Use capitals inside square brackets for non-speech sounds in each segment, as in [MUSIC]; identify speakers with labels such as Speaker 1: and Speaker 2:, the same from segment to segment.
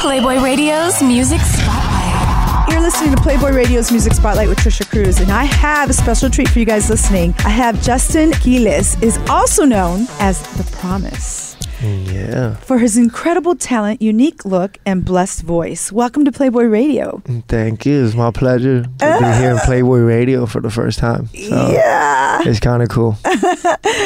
Speaker 1: Playboy Radio's Music Spotlight.
Speaker 2: You're listening to Playboy Radio's Music Spotlight with Trisha Cruz, and I have a special treat for you guys listening. I have Justin Quiles, is also known as The Promise,
Speaker 3: Yeah.
Speaker 2: for his incredible talent, unique look, and blessed voice. Welcome to Playboy Radio.
Speaker 3: Thank you. It's my pleasure to be here in Playboy Radio for the first time. So
Speaker 2: Yeah.
Speaker 3: it's kind of cool.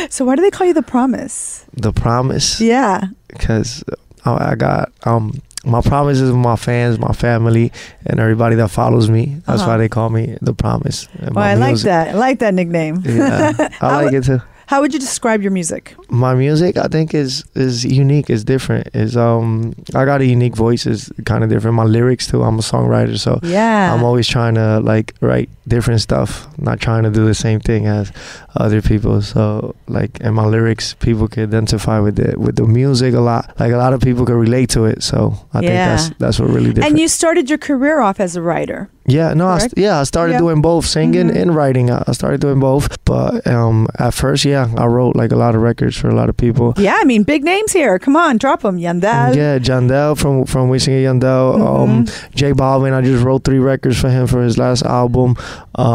Speaker 2: So why do they call you The Promise?
Speaker 3: The promise,
Speaker 2: Yeah.
Speaker 3: because I I got um my promise is my fans, my family, and everybody that follows me. That's
Speaker 2: Uh-huh.
Speaker 3: why they call me the promise. and
Speaker 2: Oh,
Speaker 3: my
Speaker 2: I like
Speaker 3: music.
Speaker 2: that. I like that nickname. [LAUGHS]
Speaker 3: Yeah,
Speaker 2: I
Speaker 3: I like
Speaker 2: would-
Speaker 3: it too.
Speaker 2: How would you describe your music?
Speaker 3: my music i think is is unique is different is um i got a unique voice is kind of different my lyrics too i'm a songwriter so
Speaker 2: Yeah.
Speaker 3: i'm always trying to like write different stuff not trying to do the same thing as other people so like and my lyrics people can identify with it with the music a lot like a lot of people can relate to it so i think
Speaker 2: Yeah.
Speaker 3: that's that's what really different
Speaker 2: and you started your career off as a writer.
Speaker 3: yeah, no, I
Speaker 2: Correct?
Speaker 3: st- yeah, I started
Speaker 2: Yeah.
Speaker 3: doing both singing
Speaker 2: Mhm.
Speaker 3: and writing. I I started doing both, but um, at first, yeah, I wrote like a lot of records for a lot of people.
Speaker 2: Yeah, I mean, big names here. Come on, drop them. Yandel.
Speaker 3: Yeah, Jandel from from We Sing It Yandel.
Speaker 2: Mm-hmm.
Speaker 3: Um, J Balvin, I just wrote three records for him for his last album.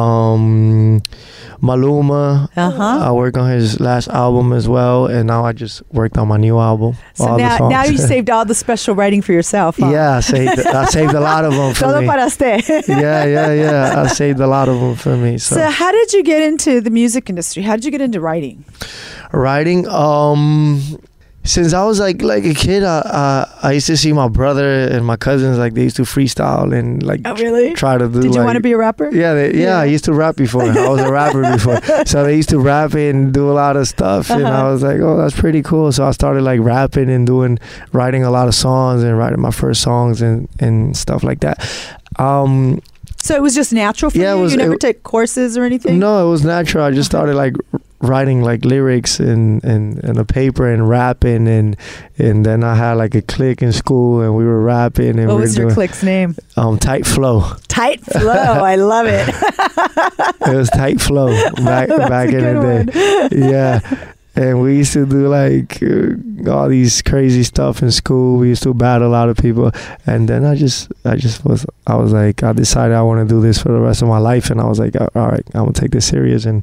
Speaker 3: Um, Maluma,
Speaker 2: Uh-huh.
Speaker 3: I worked on his last album as well, and now I just worked on my new album.
Speaker 2: So
Speaker 3: all the
Speaker 2: now,
Speaker 3: songs.
Speaker 2: now you
Speaker 3: [LAUGHS]
Speaker 2: saved all the special writing for yourself. Huh?
Speaker 3: yeah, I saved I saved a lot of them for
Speaker 2: Todo
Speaker 3: me.
Speaker 2: para usted.
Speaker 3: [LAUGHS] Yeah, yeah,
Speaker 2: [LAUGHS]
Speaker 3: yeah. I saved a lot of them for me.
Speaker 2: So, how did you get into the music industry? How did you get into writing?
Speaker 3: writing um since I was like like a kid, I, I I used to see my brother and my cousins like they used to freestyle and like
Speaker 2: Oh, really?
Speaker 3: try to do.
Speaker 2: Did you
Speaker 3: like-
Speaker 2: want to be a rapper?
Speaker 3: Yeah, they, yeah,
Speaker 2: Yeah.
Speaker 3: I used to rap before. I was a
Speaker 2: [LAUGHS]
Speaker 3: rapper before, so they used to rap and do a lot of stuff, and
Speaker 2: Uh-huh.
Speaker 3: I was like, oh, that's pretty cool. So I started like rapping and doing, writing a lot of songs and writing my first songs and and stuff like that. Um,
Speaker 2: So it was just natural for
Speaker 3: Yeah, it
Speaker 2: you.
Speaker 3: was-
Speaker 2: you never
Speaker 3: it-
Speaker 2: took courses or anything.
Speaker 3: No, it was natural. I
Speaker 2: Uh-huh.
Speaker 3: just started like r- writing like lyrics and and and a paper and rapping and and then I had like a clique in school and we were rapping and we
Speaker 2: What
Speaker 3: were
Speaker 2: was your
Speaker 3: doing
Speaker 2: click's name?
Speaker 3: um tight flow.
Speaker 2: Tight flow. I love it.
Speaker 3: [LAUGHS] It was tight flow
Speaker 2: [LAUGHS]
Speaker 3: back back in the day. [LAUGHS] Yeah. And we used to do like uh, all these crazy stuff in school. We used to battle a lot of people, and then I just, I just was, I was like, I decided I want to do this for the rest of my life, and I was like, all right, I'm gonna take this serious, and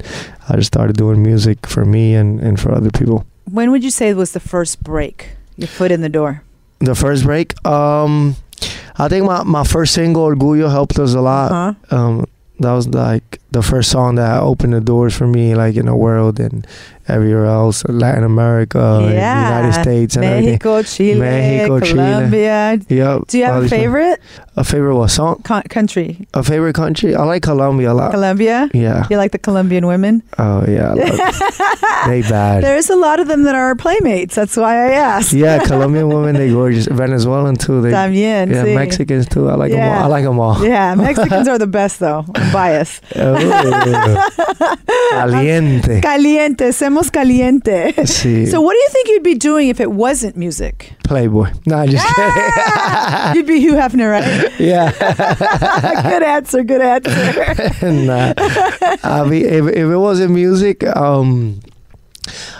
Speaker 3: I just started doing music for me and and for other people.
Speaker 2: When would you say was the first break? Your foot in the door.
Speaker 3: The first break, um, I think my my first single Orgullo helped us a lot.
Speaker 2: huh?
Speaker 3: um that was like the first song that opened the doors for me like in the world and everywhere else latin america and
Speaker 2: Yeah.
Speaker 3: united states and everything
Speaker 2: Mexico, Chile,
Speaker 3: Mexico, Chile.
Speaker 2: Colombia.
Speaker 3: yep
Speaker 2: Do you
Speaker 3: all
Speaker 2: have a
Speaker 3: these-
Speaker 2: favorite
Speaker 3: a favorite what song
Speaker 2: Con- country?
Speaker 3: a favorite country i like colombia a lot
Speaker 2: Colombia.
Speaker 3: yeah
Speaker 2: You like the Colombian women?
Speaker 3: oh yeah Uh, I
Speaker 2: [LAUGHS]
Speaker 3: love they bad
Speaker 2: There's a lot of them that are our playmates. That's why I asked.
Speaker 3: yeah
Speaker 2: [LAUGHS]
Speaker 3: colombian women they gorgeous venezuelan too they
Speaker 2: También,
Speaker 3: yeah
Speaker 2: sí.
Speaker 3: mexicans too i like them
Speaker 2: Yeah.
Speaker 3: all i like them all [LAUGHS]
Speaker 2: Yeah, Mexicans are the best though. I'm biased. [LAUGHS]
Speaker 3: Oh. caliente
Speaker 2: Caliente, somos caliente.
Speaker 3: Sí.
Speaker 2: So, what do you think you'd be doing if it wasn't music?
Speaker 3: [LAUGHS] playboy no just
Speaker 2: Ah! You'd be Hugh Hefner, right? [LAUGHS]
Speaker 3: kidding [LAUGHS] yeah
Speaker 2: good answer, good answer.
Speaker 3: [LAUGHS] and uh, I mean, if, if it wasn't music, um,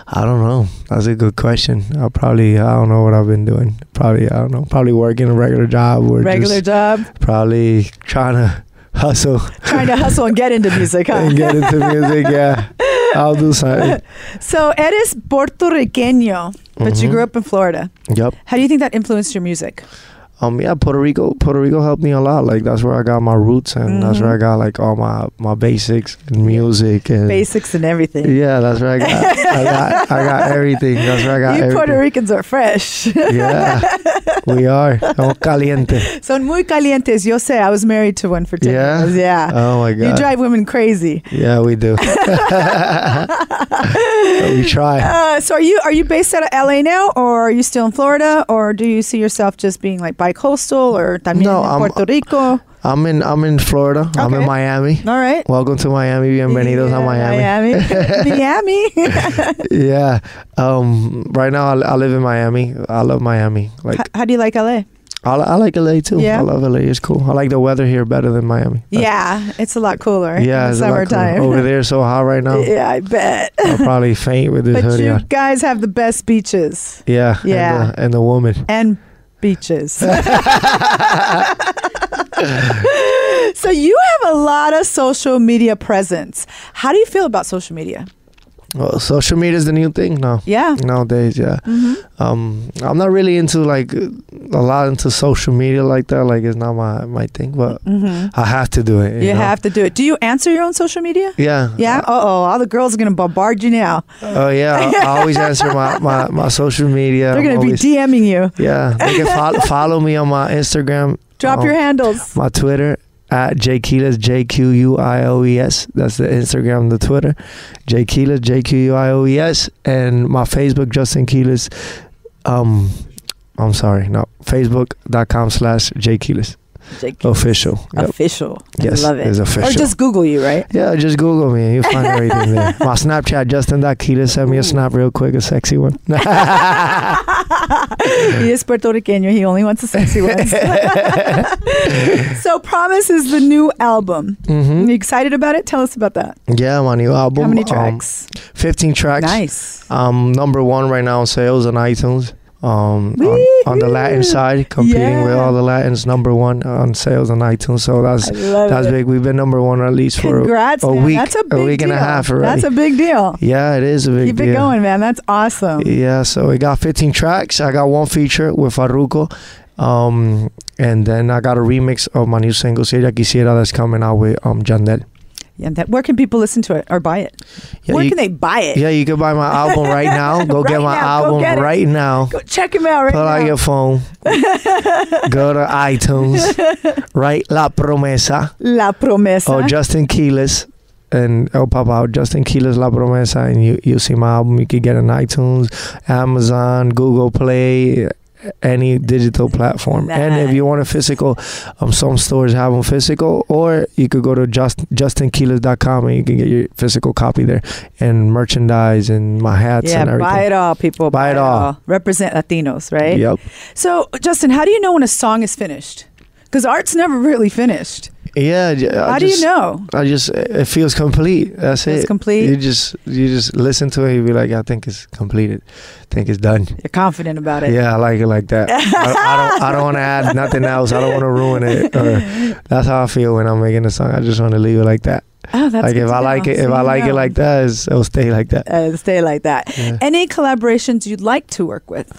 Speaker 3: I don't know. That's a good question. I probably I don't know what I've been doing. Probably I don't know. Probably working a regular job or
Speaker 2: Regular
Speaker 3: just
Speaker 2: job,
Speaker 3: probably trying to
Speaker 2: [LAUGHS]
Speaker 3: hustle
Speaker 2: trying to hustle and get into music, huh?
Speaker 3: and get into
Speaker 2: [LAUGHS]
Speaker 3: music. Yeah, I'll do something.
Speaker 2: So, eres puertorriqueño, but you
Speaker 3: Mhm.
Speaker 2: grew up in Florida.
Speaker 3: Yep.
Speaker 2: How do you think that influenced your music?
Speaker 3: Um. Yeah. Puerto Rico. Puerto Rico helped me a lot. Like that's where I got my roots and that's
Speaker 2: Mm-hmm.
Speaker 3: where I got like all my my basics and music and.
Speaker 2: Basics and everything.
Speaker 3: Mm. Yeah, that's where I got. I got. I
Speaker 2: [LAUGHS]
Speaker 3: got everything. That's where I got
Speaker 2: you
Speaker 3: everything.
Speaker 2: Puerto Ricans are fresh. [LAUGHS]
Speaker 3: Yeah, we are. Estamos caliente.
Speaker 2: Son muy calientes. Yo sé, I was married to one for 10
Speaker 3: Yeah?
Speaker 2: years. Yeah.
Speaker 3: Oh my
Speaker 2: you
Speaker 3: god.
Speaker 2: drive women crazy.
Speaker 3: yeah, we
Speaker 2: [LAUGHS]
Speaker 3: do. [LAUGHS] But we try.
Speaker 2: Uh, so are you are you based out of LA now, or are you still in Florida, or do you see yourself just being like bi-coastal, or también
Speaker 3: No,
Speaker 2: in
Speaker 3: I'm-
Speaker 2: Puerto Rico? All
Speaker 3: I'm in. I'm in Florida. I'm
Speaker 2: Okay.
Speaker 3: in Miami.
Speaker 2: right.
Speaker 3: Welcome to Miami. Bienvenidos
Speaker 2: Yeah,
Speaker 3: a Miami.
Speaker 2: Miami, [LAUGHS] Miami.
Speaker 3: [LAUGHS] Yeah. Um. Right now, I, I live in Miami. I love Miami. Like Uh,
Speaker 2: how, how do you like LA?
Speaker 3: I, I like LA too.
Speaker 2: Yeah.
Speaker 3: I love LA. It's cool. I like the weather here better than Miami.
Speaker 2: Yeah, it's a lot cooler.
Speaker 3: Yeah.
Speaker 2: in the
Speaker 3: it's a lot cooler.
Speaker 2: summertime.
Speaker 3: Over there, Oh, it's so hot right now.
Speaker 2: [LAUGHS] Yeah, I bet.
Speaker 3: I'll probably faint with this
Speaker 2: but
Speaker 3: hoodie
Speaker 2: you
Speaker 3: on.
Speaker 2: guys have the best beaches
Speaker 3: Yeah.
Speaker 2: Yeah.
Speaker 3: And the, and the woman.
Speaker 2: and
Speaker 3: [LAUGHS]
Speaker 2: speeches. [LAUGHS] so you have a lot of social media presence. How do you feel about social media?
Speaker 3: Well, social media is the new thing now.
Speaker 2: Yeah.
Speaker 3: Nowadays, yeah.
Speaker 2: hmm
Speaker 3: Um, I'm not really into like a lot into social media like that. Like it's not my my thing, but
Speaker 2: hmm
Speaker 3: I have to do it.
Speaker 2: You,
Speaker 3: You, know?
Speaker 2: have to do it. Do you answer your own social media?
Speaker 3: Yeah.
Speaker 2: Yeah. Uh oh, all the girls are gonna bombard you now.
Speaker 3: Oh yeah. I, I always answer my, my, my social media.
Speaker 2: They're
Speaker 3: I'm
Speaker 2: gonna be
Speaker 3: always-
Speaker 2: DMing you.
Speaker 3: Yeah. They can
Speaker 2: [LAUGHS]
Speaker 3: follow, follow me on my Instagram,
Speaker 2: Drop
Speaker 3: Oh.
Speaker 2: your handles.
Speaker 3: my Twitter at jquiles J Q U I O E S. That's the Instagram, the Twitter, jquiles J Q U I O E S, and my Facebook Justin Keelis. Um, I'm sorry, no Facebook.com slash jquiles
Speaker 2: Jake.
Speaker 3: official. Oh, Yep.
Speaker 2: Official.
Speaker 3: Yes,
Speaker 2: I love it.
Speaker 3: it's official.
Speaker 2: Or just Google you,
Speaker 3: [LAUGHS]
Speaker 2: right?
Speaker 3: yeah, just Google me and you
Speaker 2: [LAUGHS]
Speaker 3: find everything there. My Snapchat, Justin.Keelis. Send me a snap real quick, a sexy one. [LAUGHS]
Speaker 2: he is Puerto Rican. He only wants the sexy
Speaker 3: [LAUGHS]
Speaker 2: ones. so, Promise is the new album.
Speaker 3: hmm
Speaker 2: Are you excited about it? Tell us about that.
Speaker 3: Yeah, my new album.
Speaker 2: How many
Speaker 3: um,
Speaker 2: tracks?
Speaker 3: 15 tracks.
Speaker 2: nice.
Speaker 3: Um, number one right now in sales on iTunes. Um, on, on the Latin
Speaker 2: Woo-hoo.
Speaker 3: side, competing with
Speaker 2: Yeah.
Speaker 3: all the Latins, number one on sales on iTunes. So that's
Speaker 2: I love
Speaker 3: that's
Speaker 2: it.
Speaker 3: big. We've been number one at least for
Speaker 2: Congrats,
Speaker 3: a
Speaker 2: man.
Speaker 3: week-
Speaker 2: That's a
Speaker 3: a
Speaker 2: big
Speaker 3: week
Speaker 2: deal.
Speaker 3: and a half already.
Speaker 2: That's a big deal.
Speaker 3: yeah, it is a big
Speaker 2: Keep
Speaker 3: deal.
Speaker 2: it going, man. That's awesome.
Speaker 3: Yeah, so we got 15 tracks. I got one feature with Farruko. Um, and then I got a remix of my new single, Si Ella Quisiera, that's coming out with um, Jandel.
Speaker 2: And that, where can people listen to it or buy it?
Speaker 3: Yeah,
Speaker 2: where
Speaker 3: you,
Speaker 2: can they buy it?
Speaker 3: yeah, you can buy my
Speaker 2: [LAUGHS]
Speaker 3: album right now. Go get
Speaker 2: Right
Speaker 3: my
Speaker 2: now, go
Speaker 3: album
Speaker 2: get it.
Speaker 3: right now.
Speaker 2: Go check him out right
Speaker 3: Pull
Speaker 2: now.
Speaker 3: out your phone.
Speaker 2: [LAUGHS]
Speaker 3: go to iTunes. Write La Promesa
Speaker 2: La Promesa.
Speaker 3: or Oh, Justin Keelis. And it'll pop out Justin Keelis La Promesa. And you, you see my album. You can get it on iTunes, Amazon, Google Play, any digital platform. And if you want a physical, um, some stores have them physical. Or you could go to just, justinkeelis.com and you can get your physical copy there and merchandise and my hats
Speaker 2: yeah,
Speaker 3: and everything.
Speaker 2: buy it all, people.
Speaker 3: Buy it all.
Speaker 2: Represent Latinos, right?
Speaker 3: Yep.
Speaker 2: So, Justin, how do you know when a song is finished? Because art's never really finished.
Speaker 3: Yeah. j- I
Speaker 2: how do
Speaker 3: just-
Speaker 2: you know?
Speaker 3: I just it feels complete. That's
Speaker 2: Feels
Speaker 3: it.
Speaker 2: complete?
Speaker 3: You just you just listen to it. You be like, I think it's completed. I think it's done.
Speaker 2: You're confident about it.
Speaker 3: Yeah, I like it like that. I, I don't I don't want
Speaker 2: [LAUGHS]
Speaker 3: to add nothing else. I don't want to ruin it. Or, that's how I feel when I'm making a song. I just want to leave it like that.
Speaker 2: Oh, that's
Speaker 3: like
Speaker 2: good
Speaker 3: if
Speaker 2: to
Speaker 3: I
Speaker 2: know.
Speaker 3: like it,
Speaker 2: So
Speaker 3: if I
Speaker 2: you
Speaker 3: like it
Speaker 2: know.
Speaker 3: like that, it's, it'll stay like
Speaker 2: [LAUGHS]
Speaker 3: that.
Speaker 2: uh, stay like that.
Speaker 3: Yeah.
Speaker 2: Any collaborations you'd like to work with?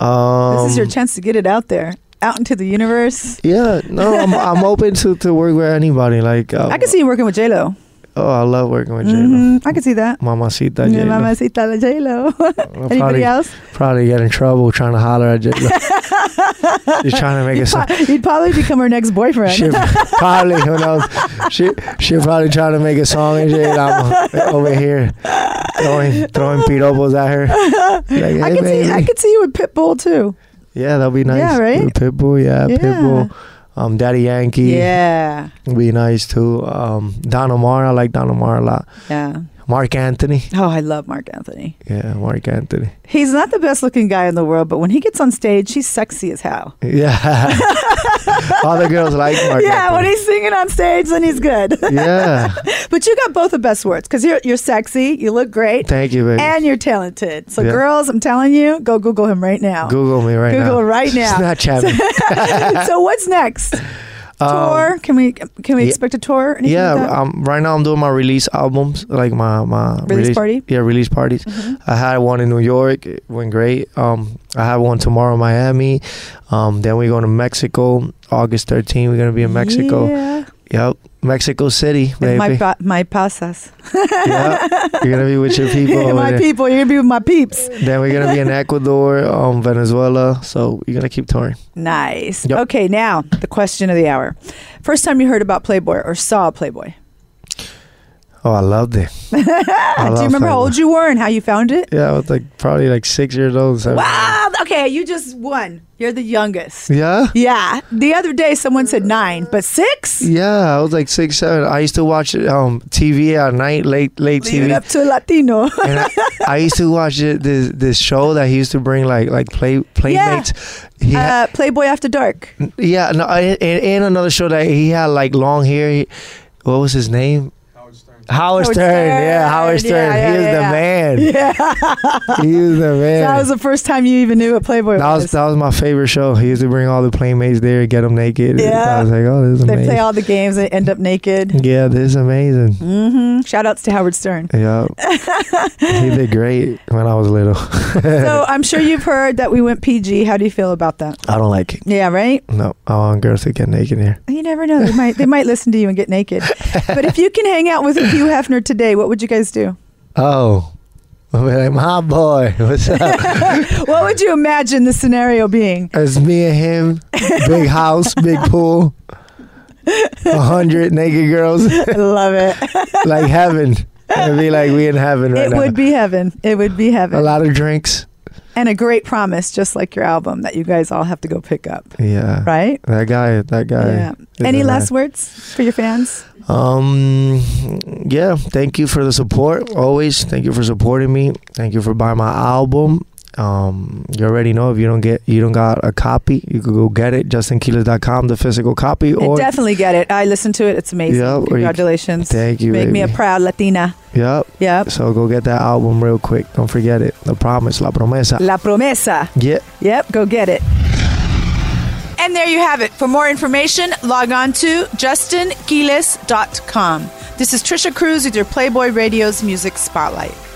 Speaker 3: Um,
Speaker 2: this is your chance to get it out there, out into the universe.
Speaker 3: yeah, no, I'm, I'm open to, to work with anybody. Like, um,
Speaker 2: I can see you working with J Lo.
Speaker 3: oh, I love working with J-Lo.
Speaker 2: Mhm, I can see that.
Speaker 3: Mamacita
Speaker 2: Yeah,
Speaker 3: J-Lo.
Speaker 2: Mamacita la J [LAUGHS] Lo.
Speaker 3: I'll
Speaker 2: Anybody
Speaker 3: probably-
Speaker 2: else?
Speaker 3: Probably get in trouble trying to holler at J Lo.
Speaker 2: [LAUGHS]
Speaker 3: You're trying to make
Speaker 2: You'd,
Speaker 3: it
Speaker 2: pro-
Speaker 3: sound.
Speaker 2: you'd probably become her next boyfriend.
Speaker 3: She
Speaker 2: [LAUGHS]
Speaker 3: probably who knows? She she probably trying to make a song and shit. I'm over here throwing throwing piropos at her. Like,
Speaker 2: I
Speaker 3: "Hey,
Speaker 2: could see. I
Speaker 3: baby."
Speaker 2: could see you with Pitbull too.
Speaker 3: Yeah, that'll be nice.
Speaker 2: Yeah, right?
Speaker 3: Little Pitbull, yeah,
Speaker 2: Yeah.
Speaker 3: Pitbull. Um, Daddy Yankee
Speaker 2: Yeah.
Speaker 3: would be nice too. Um, Don Omar, I like Don Omar a lot.
Speaker 2: Yeah.
Speaker 3: Mark Anthony,
Speaker 2: Oh, I love Mark Anthony.
Speaker 3: yeah, Mark Anthony,
Speaker 2: He's not the best looking guy in the world, but when he gets on stage, he's sexy as hell.
Speaker 3: yeah. [LAUGHS] All the girls like Mark.
Speaker 2: yeah, when
Speaker 3: Anthony.
Speaker 2: he's singing on stage, then he's good.
Speaker 3: yeah.
Speaker 2: [LAUGHS] but you got both the best words because you're, you're sexy, you look great,
Speaker 3: Thank you, baby.
Speaker 2: and you're talented. So,
Speaker 3: Yeah.
Speaker 2: girls, I'm telling you, go Google him right now.
Speaker 3: Google me right
Speaker 2: Google
Speaker 3: now.
Speaker 2: right now.
Speaker 3: [LAUGHS] Snapchat
Speaker 2: [LAUGHS]
Speaker 3: me. Um,
Speaker 2: so, what's next? tour? Can we can we
Speaker 3: yeah.
Speaker 2: expect a tour? Anything
Speaker 3: Yeah,
Speaker 2: like that?
Speaker 3: um, right now I'm doing my release albums, like my my
Speaker 2: Release party?
Speaker 3: Yeah, release parties. I had one in New York, it went great. Um, I have one tomorrow in Miami. Um, then we go to Mexico, August 13th. We're gonna be in Mexico.
Speaker 2: Yeah.
Speaker 3: Yep, Mexico City,
Speaker 2: With my
Speaker 3: baby.
Speaker 2: pa- my pasas,
Speaker 3: yep. you're gonna be
Speaker 2: [LAUGHS]
Speaker 3: with your people. over
Speaker 2: my
Speaker 3: there.
Speaker 2: people. You're gonna be with my peeps.
Speaker 3: Then
Speaker 2: [LAUGHS]
Speaker 3: we're gonna be in Ecuador, um, Venezuela. So you're gonna keep touring.
Speaker 2: Nice.
Speaker 3: Yep.
Speaker 2: Okay, now the question of the hour. First time you heard about Playboy or saw Playboy?
Speaker 3: Oh, I loved it. I
Speaker 2: Ah, Do
Speaker 3: love
Speaker 2: you remember how
Speaker 3: Playboy.
Speaker 2: old you were and how you found it?
Speaker 3: Yeah, I was like probably like six years old. Seven.
Speaker 2: Wow. Okay, you just won. You're the youngest.
Speaker 3: Yeah.
Speaker 2: Yeah. The other day someone said nine, but six?
Speaker 3: Yeah, I was like six, seven. I used to watch um, TV at night, late, late
Speaker 2: Leave it
Speaker 3: TV.
Speaker 2: up to a Latino.
Speaker 3: And I, I used to watch it, this this show that he used to bring like like play playmates. Yeah. He had,
Speaker 2: Uh, Playboy After Dark.
Speaker 3: yeah, no, I- and, and another show that he had like long hair. He, what was his name? Howard Stern. Howard Stern, yeah, Howard Stern.
Speaker 2: Yeah, yeah,
Speaker 3: he is
Speaker 2: yeah,
Speaker 3: the
Speaker 2: yeah. [LAUGHS]
Speaker 3: man.
Speaker 2: Yeah.
Speaker 3: He is the man.
Speaker 2: That was the first time you even knew what Playboy
Speaker 3: That was
Speaker 2: was.
Speaker 3: that was my favorite show. He used to bring all the playmates there, get them naked.
Speaker 2: Yeah.
Speaker 3: I was like, oh, this
Speaker 2: they
Speaker 3: is
Speaker 2: play
Speaker 3: amazing.
Speaker 2: all the games and end up naked.
Speaker 3: Yeah, this is amazing.
Speaker 2: Mm-hmm. Shout outs to Howard Stern. [LAUGHS]
Speaker 3: [LAUGHS] Yeah, he did great when I was little.
Speaker 2: so I'm sure you've heard that we went PG. How do you feel about that?
Speaker 3: I don't like it.
Speaker 2: Yeah, right.
Speaker 3: No, I want girls to get naked here.
Speaker 2: You never know. They might they might listen to you and get
Speaker 3: [LAUGHS]
Speaker 2: naked. But if you can hang out with Hugh Hefner today, what would you guys
Speaker 3: [LAUGHS]
Speaker 2: do?
Speaker 3: Oh, I'm like, my boy, what's up?
Speaker 2: What would you imagine the scenario being?
Speaker 3: [LAUGHS] it's me and him. Big house, big pool. A hundred naked girls,
Speaker 2: I love it.
Speaker 3: like heaven. It'd be like we in heaven right
Speaker 2: it
Speaker 3: now.
Speaker 2: would be heaven. It would be
Speaker 3: a
Speaker 2: heaven.
Speaker 3: lot of drinks.
Speaker 2: And a great promise, just like your album that you guys all have to go pick up.
Speaker 3: Yeah.
Speaker 2: Right?
Speaker 3: That guy. That guy.
Speaker 2: Yeah.
Speaker 3: is
Speaker 2: Any
Speaker 3: a man.
Speaker 2: last words for your fans?
Speaker 3: Um, yeah, thank you for the support. Always, thank you for supporting me. Thank you for buying my album. Um, you already know if you don't get, you don't got a copy, you could go get it. JustinKeeler.com, the physical copy.
Speaker 2: I
Speaker 3: Or
Speaker 2: definitely get it. I listened to it. It's amazing.
Speaker 3: Yeah, or you-
Speaker 2: Congratulations.
Speaker 3: thank you,
Speaker 2: Make me a
Speaker 3: baby.
Speaker 2: proud Latina.
Speaker 3: yep.
Speaker 2: Yep.
Speaker 3: So go get that album real quick. Don't forget it. The promise, la promesa.
Speaker 2: La promesa.
Speaker 3: Yeah.
Speaker 2: Yep, go get it. And there you have it. For more information, log on to justinquiles.com. This is Trisha Cruz with your Playboy Radio's Music Spotlight.